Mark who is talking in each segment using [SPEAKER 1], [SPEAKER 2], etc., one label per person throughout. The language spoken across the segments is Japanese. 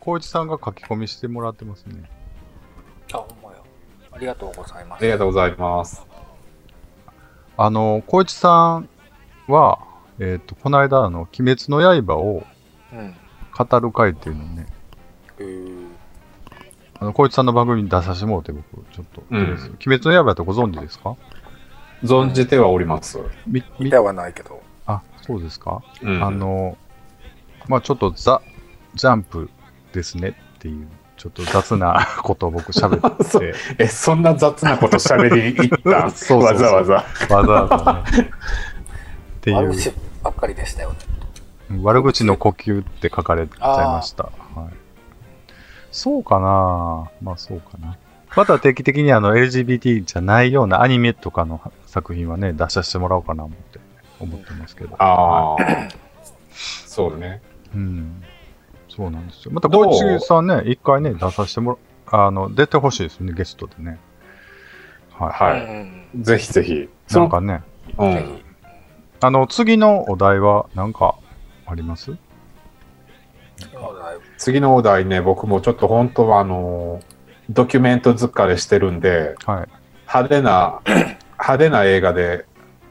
[SPEAKER 1] 光一さんが書き込みしてもらってますね。
[SPEAKER 2] あ、ほんまや。ありがとうございま
[SPEAKER 3] あ
[SPEAKER 2] す。
[SPEAKER 3] りがとうございます。
[SPEAKER 1] あの、光一さんは、えっ、と、この間、あの、鬼滅の刃を
[SPEAKER 2] うん。
[SPEAKER 1] 語る会っていうのをね、
[SPEAKER 2] えー、
[SPEAKER 1] あの、光一さんの番組に出させてもらって、僕、ちょっと。
[SPEAKER 3] うん
[SPEAKER 1] 鬼滅の刃ってご存知ですか
[SPEAKER 3] 存じてはおります。
[SPEAKER 1] み、
[SPEAKER 2] 見
[SPEAKER 1] み、
[SPEAKER 2] たはないけど。
[SPEAKER 1] あ、そうですか、
[SPEAKER 3] うん、
[SPEAKER 1] あの、まあちょっとザ、ジャンプですねっていう、ちょっと雑なことを僕喋っ
[SPEAKER 3] そう
[SPEAKER 1] て、
[SPEAKER 3] え、そんな雑なこと喋りに行ったん
[SPEAKER 1] そうそうそう
[SPEAKER 3] わざわざ。
[SPEAKER 1] わざわざね、ってい
[SPEAKER 2] 悪
[SPEAKER 1] う。
[SPEAKER 2] 口ばっかりでしたよね。
[SPEAKER 1] 悪口の呼吸って書かれちゃいました。はい、そうかなまあそうかな。また定期的にあの LGBT じゃないようなアニメとかの作品はね、出させてもらおうかな思って思ってますけど。
[SPEAKER 3] ああ。 そうね。
[SPEAKER 1] うん。そうなんですよ。また、小一さんね、一回ね、出させてもらあの、出てほしいですね、ゲストでね。は
[SPEAKER 3] は
[SPEAKER 2] うん
[SPEAKER 3] い。
[SPEAKER 2] うんうん
[SPEAKER 3] ぜひぜひ。
[SPEAKER 1] い。なんかね、
[SPEAKER 3] う
[SPEAKER 2] ぜ
[SPEAKER 3] ん。
[SPEAKER 1] あの、次のお題は、なんか、あります
[SPEAKER 2] ひ次のライブ
[SPEAKER 3] 次のお題ね、僕もちょっと本当はあの、ドキュメント疲れしてるんで、
[SPEAKER 1] はい。
[SPEAKER 3] 派 手な、派手な映画で、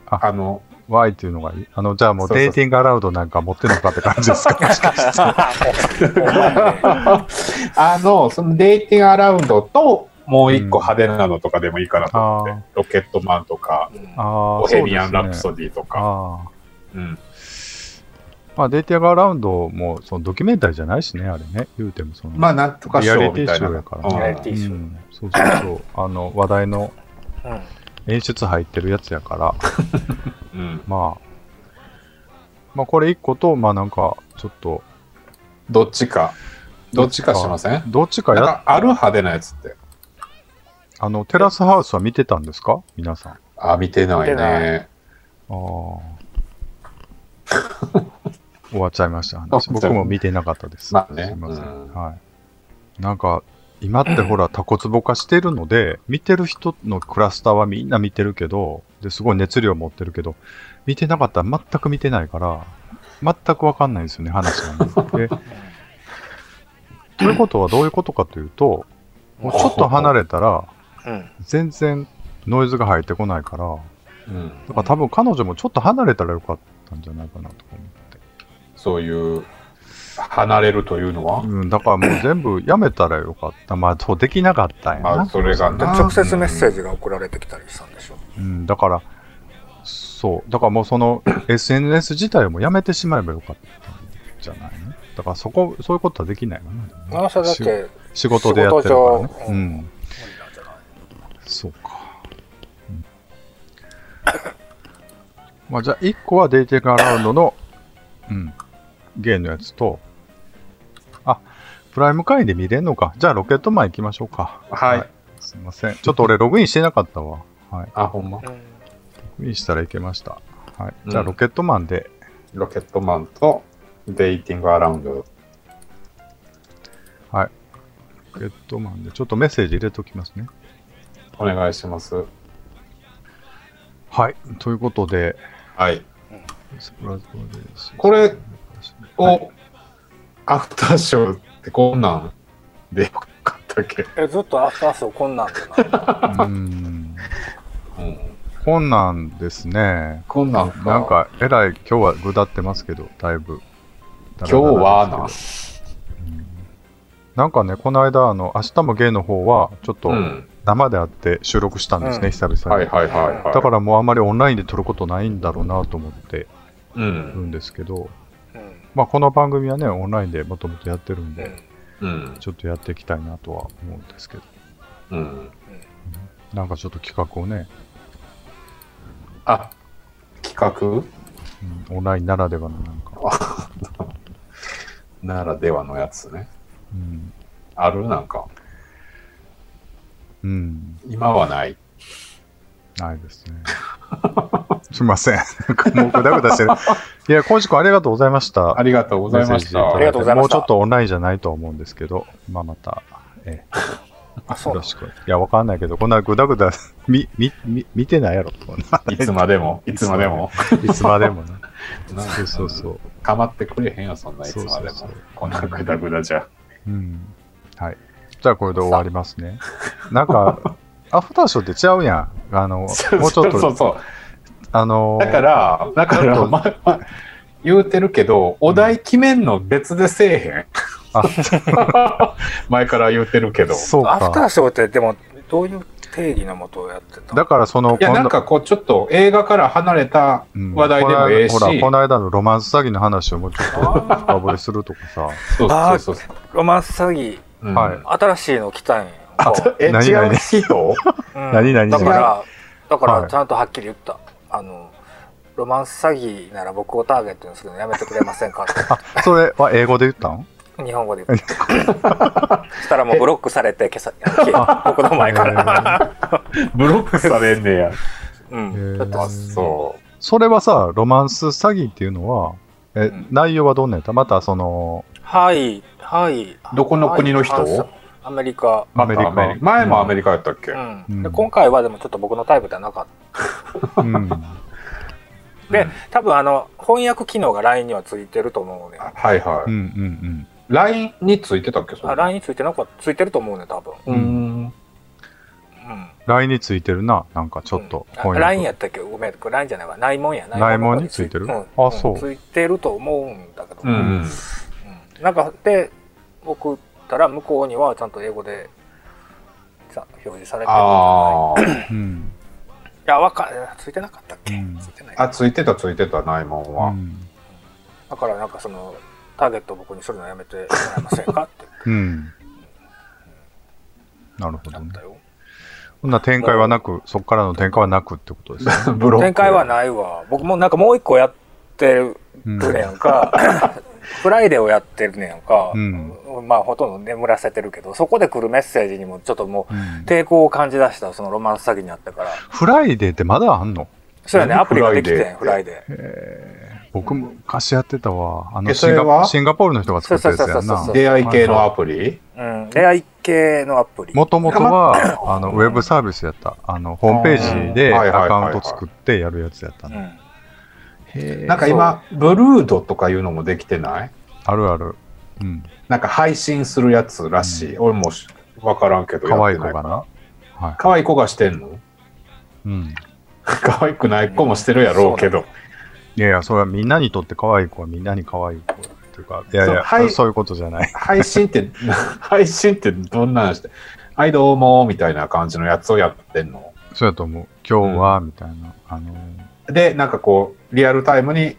[SPEAKER 1] あ
[SPEAKER 3] あの、
[SPEAKER 1] Y っていうのがいい。あの、じゃあもう、
[SPEAKER 3] そうそう
[SPEAKER 1] デーティングアラウドなんか持ってんのかって感じですか。
[SPEAKER 3] あの、そのデイティングアラウンドと、もう一個派手なのとかでもいいかなと思って、
[SPEAKER 1] うんあ
[SPEAKER 3] ロケットマンとか、
[SPEAKER 2] うん
[SPEAKER 1] ああ、
[SPEAKER 3] ボヘミアン・ラプ
[SPEAKER 1] ディ
[SPEAKER 3] ソディとか、
[SPEAKER 1] ああ。
[SPEAKER 3] うん、
[SPEAKER 1] まあ、デーティングアラウンドも、そのドキュメンタリーじゃないしね、あれね。言うても、その。
[SPEAKER 3] まあ、なんとかショーみたいな。
[SPEAKER 1] リアリティショーやからね
[SPEAKER 3] うん
[SPEAKER 2] リアリテ
[SPEAKER 1] う
[SPEAKER 2] ィショー
[SPEAKER 1] ん、そうそうそ う。あの、話題の
[SPEAKER 2] うん
[SPEAKER 1] 演出入ってるやつやから。
[SPEAKER 3] うん
[SPEAKER 1] まあ、まあこれ1個と、まあなんか、ちょっと、
[SPEAKER 3] どっちか、どっちかしません
[SPEAKER 1] どっちか
[SPEAKER 3] なん
[SPEAKER 1] や、
[SPEAKER 3] かある派手なやつって。
[SPEAKER 1] あの、テラスハウスは見てたんですか皆さん。あ
[SPEAKER 3] あ、見てない
[SPEAKER 2] 見てな
[SPEAKER 3] ね。
[SPEAKER 1] あ。 終わっちゃいました。話
[SPEAKER 3] 終わっちゃ
[SPEAKER 1] 僕
[SPEAKER 3] う
[SPEAKER 1] も見てなかったです。
[SPEAKER 3] まあね
[SPEAKER 1] すいません。
[SPEAKER 3] うん
[SPEAKER 1] はい。なんか、今ってほら、タコツボ化してるので、見てる人のクラスターはみんな見てるけど、ですごい熱量持ってるけど、見てなかったら全く見てないから、全くわかんないんですよね、話がね。でということはどういうことかというと、もうちょっと離れたら、
[SPEAKER 2] うん
[SPEAKER 1] 全然ノイズが入ってこないから、
[SPEAKER 3] うん、
[SPEAKER 1] だから多分彼女もちょっと離れたらよかったんじゃないかなとか思って。
[SPEAKER 3] そういう、離れるというのは、
[SPEAKER 1] うん、だからもう全部やめたらよかった。まあ、そうできなかったんや
[SPEAKER 3] ま
[SPEAKER 1] な。
[SPEAKER 3] あ、それが
[SPEAKER 2] で
[SPEAKER 3] な。
[SPEAKER 2] 直接メッセージが送られてきたりしたんでしょ。
[SPEAKER 1] うん、だから、そう。だからもうその SNS 自体をもうやめてしまえばよかったんじゃないのだからそこ、そういうことはできないわな。
[SPEAKER 2] あの人だって無理
[SPEAKER 1] 仕事でやってるから
[SPEAKER 2] 仕
[SPEAKER 1] ね
[SPEAKER 2] 事。上
[SPEAKER 1] うん。
[SPEAKER 2] なんじゃない
[SPEAKER 1] そうか。うんまあじゃあ1個はデイティングアラウンドの、うん、ゲーのやつと、あ、プライム会員で見れんのか。じゃあロケットマン行きましょうか。
[SPEAKER 3] はい。
[SPEAKER 1] すいません。ちょっと俺ログインしてなかったわ。はい。
[SPEAKER 3] あ、ほんま。
[SPEAKER 2] うん
[SPEAKER 1] ログインしたらいけました。はい。
[SPEAKER 3] うん
[SPEAKER 1] じゃあロケットマンで、
[SPEAKER 3] ロケットマンと、デイティングアラウンド。
[SPEAKER 1] ロケットマンでちょっとメッセージ入れておきますね。
[SPEAKER 3] お願いします。
[SPEAKER 1] はい。ということで、
[SPEAKER 3] はい。
[SPEAKER 1] スプラトゥーンです
[SPEAKER 3] これを、
[SPEAKER 1] はい
[SPEAKER 3] アフターショーってこんなんでよかったっけ、
[SPEAKER 2] えずっとアフタースをこんなんでな
[SPEAKER 1] うん。
[SPEAKER 3] うん、
[SPEAKER 1] こんなんですね。
[SPEAKER 3] こんなんか
[SPEAKER 1] なんか、えらい、今日はぐだってますけど、だいぶ。
[SPEAKER 3] 今日は
[SPEAKER 1] なんかね、この間、あの、明日もゲイの方は、ちょっと
[SPEAKER 3] な、うん、
[SPEAKER 1] 生で会って収録したんです
[SPEAKER 2] う
[SPEAKER 1] ね、
[SPEAKER 2] ん
[SPEAKER 1] 久々に。
[SPEAKER 3] はいはいはいはい
[SPEAKER 1] だからもうあんまりオンラインで撮ることないんだろうなと思って
[SPEAKER 3] う
[SPEAKER 1] る
[SPEAKER 3] ん
[SPEAKER 1] んですけど、
[SPEAKER 2] うん
[SPEAKER 1] まあこの番組はね、オンラインでもともとやってるん
[SPEAKER 2] う
[SPEAKER 1] で、
[SPEAKER 2] ん
[SPEAKER 3] うん
[SPEAKER 1] ちょっとやっていきたいなとは思うんですけど、
[SPEAKER 3] うん
[SPEAKER 1] なんかちょっと企画をね、
[SPEAKER 3] あ企
[SPEAKER 1] うんオンラインならではのなんか、
[SPEAKER 3] 画ならではのやつね
[SPEAKER 1] うん、
[SPEAKER 3] あるなんか
[SPEAKER 1] うん、
[SPEAKER 3] 今はない
[SPEAKER 1] ないですね。すいません。なんかもうぐだぐだしてる。いや、コウジ君ありがとうございました。
[SPEAKER 3] ありがとうございました
[SPEAKER 1] メッセ
[SPEAKER 2] あ
[SPEAKER 1] ージいただいて
[SPEAKER 2] りがとうございました
[SPEAKER 1] もうちょっとオンラインじゃないとは思うんですけど、まあまた、え
[SPEAKER 2] あそう
[SPEAKER 1] よ
[SPEAKER 2] な
[SPEAKER 1] ろ
[SPEAKER 2] の
[SPEAKER 1] しく。いや、わかんないけど、こんなぐだぐだ、み、み、み、見てないやろ。こんな
[SPEAKER 3] いつまでもいつまでも
[SPEAKER 1] いつまでもね。そうそう
[SPEAKER 3] う
[SPEAKER 1] そう。
[SPEAKER 3] かまってくれへんよそんないつまでも
[SPEAKER 1] そうそうそう
[SPEAKER 3] こんなグダグダじゃ
[SPEAKER 1] うん。はい。じゃあこれで終わりますね。なんか、アフターショーってちゃうやん。あの、もうちょっ
[SPEAKER 3] そ
[SPEAKER 1] と、
[SPEAKER 3] うそ
[SPEAKER 1] あの
[SPEAKER 3] う。だから、だか
[SPEAKER 1] ちょっ
[SPEAKER 3] ら、
[SPEAKER 1] と
[SPEAKER 3] まあまあ言うてるけど、お題決めんの別でせえへん。
[SPEAKER 1] あ
[SPEAKER 3] 前から言うてるけど。
[SPEAKER 1] そう
[SPEAKER 2] アフタ
[SPEAKER 1] か。
[SPEAKER 2] ーショーってでもどういう定義のもとをやってた
[SPEAKER 1] だからその、
[SPEAKER 3] いや、
[SPEAKER 1] こ
[SPEAKER 3] なんかこう、ちょっと映画から離れた
[SPEAKER 1] うん
[SPEAKER 3] 話題でもええし、
[SPEAKER 1] この間ほら、この間のロマンス詐欺の話をもうちょっと 深掘りするとかさ。
[SPEAKER 3] そうそうそうそう。
[SPEAKER 2] ロマンス詐欺
[SPEAKER 3] うん
[SPEAKER 1] はい
[SPEAKER 2] 新しいの来たんよ、
[SPEAKER 3] あえ、
[SPEAKER 1] 何
[SPEAKER 3] 違
[SPEAKER 1] 々
[SPEAKER 3] う 人
[SPEAKER 2] うん
[SPEAKER 1] 何々
[SPEAKER 2] だからだか
[SPEAKER 1] は
[SPEAKER 2] ら
[SPEAKER 1] い
[SPEAKER 2] ちゃんとはっきり言った、あのロマンス詐欺なら僕をターゲットにするのやめてくれませんかっ
[SPEAKER 1] あ、それは英語で言ったん
[SPEAKER 2] て日本語で言った そしたらもうブロックされて今 朝僕の前から、
[SPEAKER 3] ブロックされんねや。
[SPEAKER 2] う
[SPEAKER 1] へー
[SPEAKER 2] ん、だって
[SPEAKER 3] あ、
[SPEAKER 2] ます
[SPEAKER 3] そ
[SPEAKER 1] それはさ、ロマンス詐欺っていうのは、え、
[SPEAKER 2] ん
[SPEAKER 1] 内容はどんなんやったまた その、
[SPEAKER 2] はいはい
[SPEAKER 3] どこの国の人
[SPEAKER 2] はいアメリカ
[SPEAKER 3] う。
[SPEAKER 1] アメリカ
[SPEAKER 3] また前もアメリカやったっけ、
[SPEAKER 2] うん
[SPEAKER 1] う
[SPEAKER 2] で
[SPEAKER 1] ん
[SPEAKER 2] 今回はでもちょっと僕のタイプではなかっ
[SPEAKER 1] うん。
[SPEAKER 2] たで多分あの翻訳機能が LINE にはついてると思うね
[SPEAKER 3] はいは
[SPEAKER 1] うんうんうん。
[SPEAKER 3] い。LINE についてたっけそれ
[SPEAKER 2] あ LINE についてなんかついてると思うね多分
[SPEAKER 3] うーん。
[SPEAKER 2] うん
[SPEAKER 1] 来についてるな、なんかちょっと。
[SPEAKER 2] うんあラインやったっけごめん、これラインじゃないわ。ないもんやな
[SPEAKER 1] ないもんについてる
[SPEAKER 2] うん
[SPEAKER 1] あそうん
[SPEAKER 2] ついてると思うんだけど。
[SPEAKER 3] うんうん。
[SPEAKER 2] うんなんか、で、送ったら向こうにはちゃんと英語でさ表示されてるんじゃ
[SPEAKER 3] あー
[SPEAKER 1] うん。
[SPEAKER 2] ないいや、わかついてなかったっけ、
[SPEAKER 1] うん
[SPEAKER 2] ついてない。
[SPEAKER 3] あ、ついてたついてた、ないもん
[SPEAKER 1] う
[SPEAKER 3] は。
[SPEAKER 1] ん。
[SPEAKER 2] だからなんかその、ターゲットを僕にするのやめてもらえませんかって
[SPEAKER 1] うん。なるほ
[SPEAKER 2] な
[SPEAKER 1] ど
[SPEAKER 2] っ
[SPEAKER 1] ね
[SPEAKER 2] た。よ。
[SPEAKER 1] そんな展開はなく、そこからの展開はなくってことですね。
[SPEAKER 3] ブロック。
[SPEAKER 2] 展開はないわ。僕もなんかもう一個やってる
[SPEAKER 1] うん。
[SPEAKER 2] ねやんか、フライデーをやってるねやんか、
[SPEAKER 1] うん
[SPEAKER 2] まあほとんど眠らせてるけど、そこで来るメッセージにもちょっとも
[SPEAKER 1] うん
[SPEAKER 2] う抵抗を感じ出した、そのロマンス詐欺にあったから。
[SPEAKER 1] フライデーってまだあんの
[SPEAKER 2] そうやね、
[SPEAKER 3] 何
[SPEAKER 2] アプリができてん、
[SPEAKER 3] フ
[SPEAKER 2] フ
[SPEAKER 3] ラ
[SPEAKER 2] ラ
[SPEAKER 3] イ
[SPEAKER 2] イデー。
[SPEAKER 1] 僕も昔やってたわ。あの
[SPEAKER 3] え
[SPEAKER 1] シ
[SPEAKER 3] そ
[SPEAKER 1] ン
[SPEAKER 3] れ
[SPEAKER 1] ガ、
[SPEAKER 3] は
[SPEAKER 1] シンガポールの人が作ったやつやん
[SPEAKER 2] そうそうそう
[SPEAKER 1] な
[SPEAKER 2] そう。
[SPEAKER 3] 出会い系のアプリ
[SPEAKER 2] うん、恋愛系のアプリ。
[SPEAKER 1] もともとは、あの、ウェブサービスやった。あの、ホームページで
[SPEAKER 3] あーはいは
[SPEAKER 1] ア
[SPEAKER 3] いはい
[SPEAKER 1] カ
[SPEAKER 3] は
[SPEAKER 1] ウ
[SPEAKER 3] い
[SPEAKER 1] ント作ってやるやつやった
[SPEAKER 2] う
[SPEAKER 1] の。
[SPEAKER 2] ん、
[SPEAKER 3] なんか今、ブルードとかいうのもできてない
[SPEAKER 1] あるある。うん。
[SPEAKER 3] なんか配信するやつらしい。俺もしわからんけど。
[SPEAKER 1] 可愛い子
[SPEAKER 3] やってな
[SPEAKER 1] かな。はい。
[SPEAKER 3] 可愛い子がしてんの
[SPEAKER 1] うん。
[SPEAKER 3] 可愛くない子もしてるやろうけど。
[SPEAKER 1] いやいや、それはみんなにとって可愛い子はみんなに可愛い子っていうか、いやい
[SPEAKER 3] そう
[SPEAKER 1] や、
[SPEAKER 3] はい
[SPEAKER 1] そういうことじゃない。
[SPEAKER 3] 配信って、 配信ってどんなんして、はいどうも、みたいな感じのやつをやってんの。
[SPEAKER 1] そうやと思う。今日は、みたいな。あのー、
[SPEAKER 3] で、なんかこう、リアルタイムに、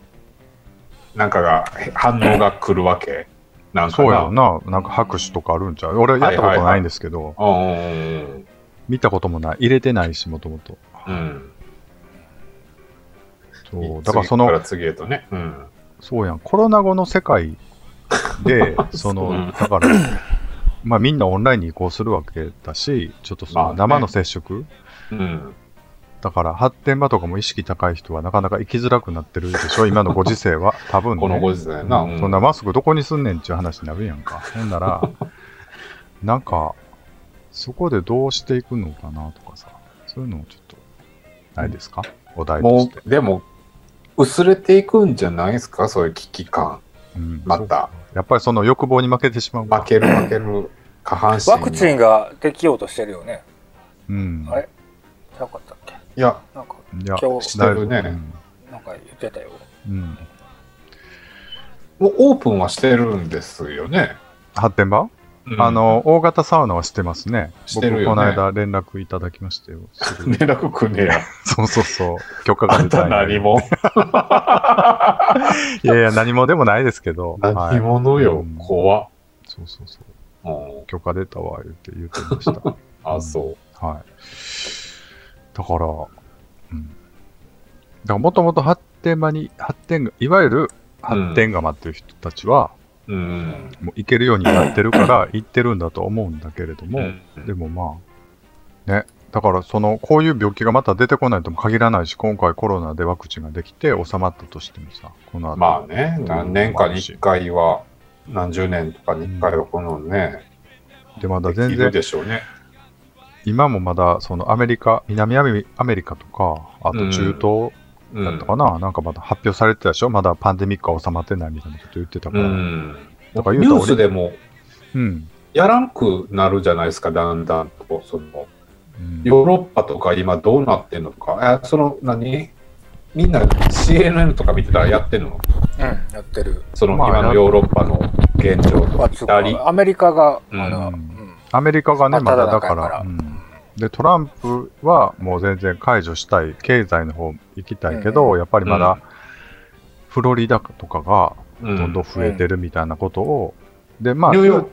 [SPEAKER 3] なんかが、反応が来るわけ。なんか
[SPEAKER 1] そうやろ
[SPEAKER 3] な。
[SPEAKER 1] な。なんか拍手とかあるんちゃう俺やったことないんですけど、
[SPEAKER 3] うんうん
[SPEAKER 1] 見たこともない。入れてないし、もともと。
[SPEAKER 3] うんう
[SPEAKER 1] そ
[SPEAKER 3] ん。
[SPEAKER 1] う。だからそ
[SPEAKER 3] 次
[SPEAKER 1] の、
[SPEAKER 3] ら次へとね。うん。
[SPEAKER 1] そうやん。コロナ後の世界 で、その、だから、まあみんなオンラインに移行するわけだし、ちょっとそ
[SPEAKER 3] まあ
[SPEAKER 1] の
[SPEAKER 3] ね
[SPEAKER 1] 生の接触、
[SPEAKER 3] うん。
[SPEAKER 1] だから発展場とかも意識高い人はなかなか行きづらくなってるでしょ、今のご時世 は。多分ね。
[SPEAKER 3] このご時世やな。
[SPEAKER 1] うんそんなマスクどこにすんねんっていう話になるやん か。ほんなら、なんか、そこでどうしていくのかなとかさ、そういうのをちょっと、ないですか、お題とし
[SPEAKER 3] も
[SPEAKER 1] て。
[SPEAKER 3] う、でも、薄れていくんじゃないですかそういう危機感。
[SPEAKER 1] うん
[SPEAKER 3] ま
[SPEAKER 1] そう
[SPEAKER 3] た。
[SPEAKER 1] やっぱりその欲望に負けてしまうか
[SPEAKER 3] 負ける負ける。下半身。
[SPEAKER 2] ワクチンができようとしてるよね。
[SPEAKER 1] うん。
[SPEAKER 2] あれなかったっけ
[SPEAKER 3] いや、
[SPEAKER 2] なんか、
[SPEAKER 1] いや
[SPEAKER 2] 今日
[SPEAKER 3] してるね
[SPEAKER 1] だいぶ
[SPEAKER 2] なんか言ってたよ。
[SPEAKER 1] うんうん
[SPEAKER 3] もうオープンはしてるんですよね。
[SPEAKER 1] 発展場、
[SPEAKER 3] うん
[SPEAKER 1] あ、の、大型サウナはしてますね。
[SPEAKER 3] してるよね
[SPEAKER 1] 僕、この間連絡いただきま したよ。すぐ
[SPEAKER 3] 連絡くんね や。
[SPEAKER 1] そうそうそう。許可が
[SPEAKER 3] あ
[SPEAKER 1] 出
[SPEAKER 3] ん
[SPEAKER 1] た
[SPEAKER 3] た
[SPEAKER 1] んや
[SPEAKER 3] 何も。
[SPEAKER 1] いやいや、何もでもないですけど。
[SPEAKER 3] 何
[SPEAKER 1] はい、
[SPEAKER 3] 者
[SPEAKER 1] う
[SPEAKER 3] よ
[SPEAKER 1] ん、
[SPEAKER 3] 怖っ。
[SPEAKER 1] そうそうそう。
[SPEAKER 3] うん
[SPEAKER 1] 許可出たわ、言って言ってました。
[SPEAKER 3] あ、そう。
[SPEAKER 1] はい。だから、うん。だからもともと発展場に、発展が、いわゆる発展釜っていう人たちは、
[SPEAKER 3] うん。
[SPEAKER 1] もう行けるようになってるから、行ってるんだと思うんだけれども、でもまあ、ね、だからその、こういう病気がまた出てこないとも限らないし、今回コロナでワクチンができて収まったとしてもさ、この後、
[SPEAKER 3] まあね、何年かに一回は、何十年とかに一回はこのね、
[SPEAKER 1] で、まだ
[SPEAKER 3] でき
[SPEAKER 1] 全
[SPEAKER 3] る
[SPEAKER 1] 然
[SPEAKER 3] でしょうね。
[SPEAKER 1] 今もまだそのアメリカ、南アメアメリカとか、あと中東
[SPEAKER 3] うん
[SPEAKER 1] だったかな、なんかまだ発表されてたでしょ、まだパンデミックは収まってないみたいなこと言ってたか
[SPEAKER 3] う
[SPEAKER 1] ら、
[SPEAKER 3] ん。
[SPEAKER 1] だから言う
[SPEAKER 3] ニ
[SPEAKER 1] たら
[SPEAKER 3] ュースでも
[SPEAKER 1] うん。
[SPEAKER 3] やらんくなるじゃないですか、だんだんと。その
[SPEAKER 1] うん
[SPEAKER 3] ヨーロッパとか今どうなってんのとか、えその何みんな CNN とか見てたらやってんの
[SPEAKER 2] うん、やってる。
[SPEAKER 3] その
[SPEAKER 1] まあ
[SPEAKER 3] 今のヨーロッパの現状と
[SPEAKER 2] あ
[SPEAKER 3] か、イ
[SPEAKER 2] つう
[SPEAKER 3] タリア。
[SPEAKER 2] かアメリカが、まだ、
[SPEAKER 1] う
[SPEAKER 2] うんん。
[SPEAKER 1] アメリカがね、
[SPEAKER 2] ま
[SPEAKER 1] ま
[SPEAKER 2] だ
[SPEAKER 1] だだ
[SPEAKER 2] だ
[SPEAKER 1] か
[SPEAKER 2] から
[SPEAKER 1] ら。う
[SPEAKER 2] うん
[SPEAKER 1] んで、トランプはもう全然解除したい、経済の方行きたいけど、
[SPEAKER 2] う
[SPEAKER 1] やっぱりまだ、フロリダとかが
[SPEAKER 3] う
[SPEAKER 1] どんどん増えてるみたいなことを、で、まあ、
[SPEAKER 3] ニューヨー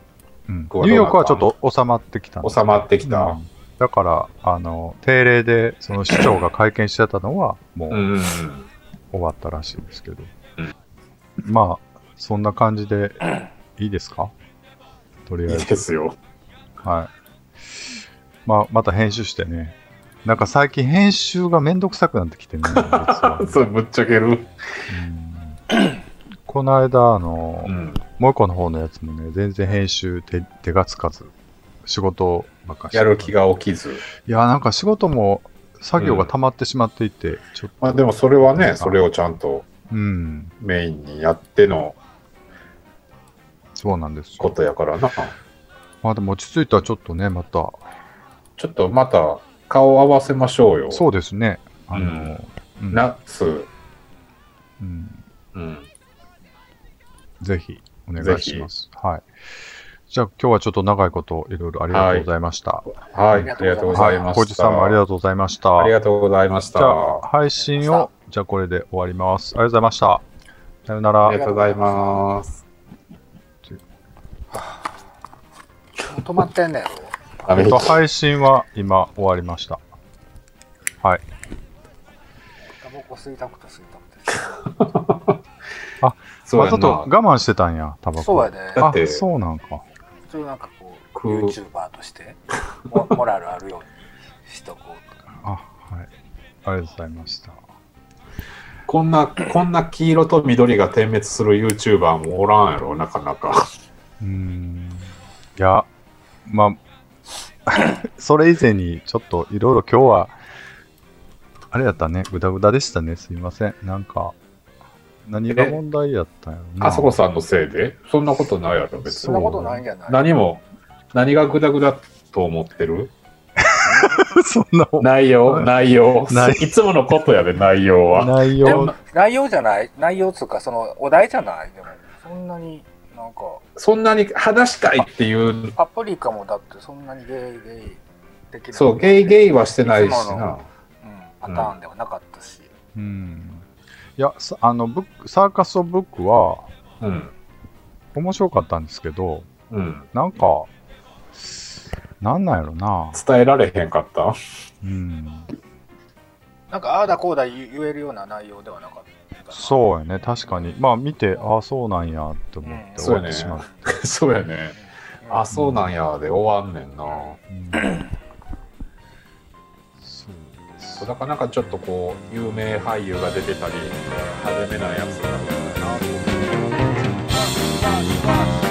[SPEAKER 1] うんニ
[SPEAKER 3] クはどうなった
[SPEAKER 1] ューヨークはちょっと収まってきたんで
[SPEAKER 3] ク
[SPEAKER 1] す
[SPEAKER 3] 収まってき
[SPEAKER 1] う
[SPEAKER 3] た。
[SPEAKER 1] んだから、あの、定例で、その市長が会見してたのは、もう
[SPEAKER 3] うん。うん
[SPEAKER 1] 終わったらしいですけど。
[SPEAKER 3] うん
[SPEAKER 1] まあ、そんな感じで、いいですかとりあ
[SPEAKER 3] い
[SPEAKER 1] え
[SPEAKER 3] い
[SPEAKER 1] ず。
[SPEAKER 3] ですよ。
[SPEAKER 1] はい。まあ、また編集してね。なんか最近編集がめんどくさくなってきてね。実は
[SPEAKER 3] それぶっちゃける。
[SPEAKER 1] うんこの間、あの、
[SPEAKER 3] うん。
[SPEAKER 1] もう一個の方のやつもね、全然編集手手がつかず、仕事ばっかして
[SPEAKER 3] やる気が起きず。
[SPEAKER 1] いや、なんか仕事も作業が溜まってしまっていて、ちょっと、
[SPEAKER 3] まあでもそれは
[SPEAKER 1] う
[SPEAKER 3] ね、
[SPEAKER 1] ん
[SPEAKER 3] それをちゃんと
[SPEAKER 1] うん、
[SPEAKER 3] メインにやっての
[SPEAKER 1] そうなんです
[SPEAKER 3] こ
[SPEAKER 1] よ。
[SPEAKER 3] とやからな。
[SPEAKER 1] まあでも落ち着いたらちょっとね、また、
[SPEAKER 3] ちょっとまた顔合わせましょうよ。
[SPEAKER 1] そうですね、あの、うん
[SPEAKER 3] 夏。
[SPEAKER 1] うん
[SPEAKER 3] うん。
[SPEAKER 1] ぜひお願いします。はい。じゃあ今日はちょっと長いこといろいろありがとうございました。
[SPEAKER 3] はい。ありがとうございました。
[SPEAKER 1] 小路さんもありがとうございました。
[SPEAKER 3] ありがとうございました。
[SPEAKER 1] じゃあ
[SPEAKER 3] あ
[SPEAKER 1] 配信を、じゃあこれで終わります。ありがとうございました。さよなら。
[SPEAKER 3] りがとうございます。
[SPEAKER 2] 止まってんねやろ。
[SPEAKER 3] ダ
[SPEAKER 1] え
[SPEAKER 3] メ
[SPEAKER 1] っと、配信は今終わりました。はい。
[SPEAKER 2] タバコ吸いたくて吸いたくて吸いたく
[SPEAKER 3] そう
[SPEAKER 1] わ
[SPEAKER 3] や
[SPEAKER 1] ざ
[SPEAKER 3] な
[SPEAKER 1] と我慢してたんや、タバ
[SPEAKER 2] て。
[SPEAKER 1] コ。
[SPEAKER 2] そうやで。
[SPEAKER 3] だって
[SPEAKER 1] あ、そうなんか。
[SPEAKER 2] 普通なんかこう、
[SPEAKER 3] こう
[SPEAKER 2] YouTuber として、モ モラルあるようにしとこうと。
[SPEAKER 1] あ、はい。ありがとうございました。
[SPEAKER 3] こんな、こんな黄色と緑が点滅する YouTuber もおらんやろ、なかなか。
[SPEAKER 1] うーん。いや、まあ、 それ以前にちょっといろいろ今日は、あれやったね、ぐだぐだでしたね、すいません。なんか、何が問題やったんやろな。
[SPEAKER 3] あそこさんのせいでそんなことないやろ、別
[SPEAKER 2] そ
[SPEAKER 3] に
[SPEAKER 2] んな。ことないんじゃない
[SPEAKER 3] 何も、何がグダグダと思ってる
[SPEAKER 1] そんなもん
[SPEAKER 3] 内容、内容
[SPEAKER 1] ない。
[SPEAKER 3] いつものことやで、内容は。
[SPEAKER 1] 内
[SPEAKER 2] で
[SPEAKER 1] 容
[SPEAKER 2] も、内容じゃない内容っつうか、そのお題じゃないでも、そんなになんか、
[SPEAKER 3] そんなに話したいっていう、
[SPEAKER 2] パプリカもだってそんなにゲイゲイ的な。
[SPEAKER 3] そう、ゲイゲイはしてないし
[SPEAKER 2] いつも
[SPEAKER 3] な
[SPEAKER 2] の。うんパターンではなかったし。
[SPEAKER 1] うん。いや、さあの、ブック、サーカスオブブックは
[SPEAKER 3] うん。
[SPEAKER 1] 面白かったんですけど、
[SPEAKER 3] うん。
[SPEAKER 1] なんか、なんなんやろな。
[SPEAKER 3] 伝えられへんかった
[SPEAKER 1] うん。
[SPEAKER 2] なんか、ああだこうだ言言えるような内容ではなかった。う。
[SPEAKER 1] そうやね、確かに。まあ見て、ああ、そうなんやって思って終わってしまう。
[SPEAKER 3] そうやね。
[SPEAKER 2] あ
[SPEAKER 3] あ、、そうなんやで終わんねんな。
[SPEAKER 1] うんそうです
[SPEAKER 3] そうだからなんかちょっとこう、有名俳優が出てたり、派手めなやつが。
[SPEAKER 2] そう。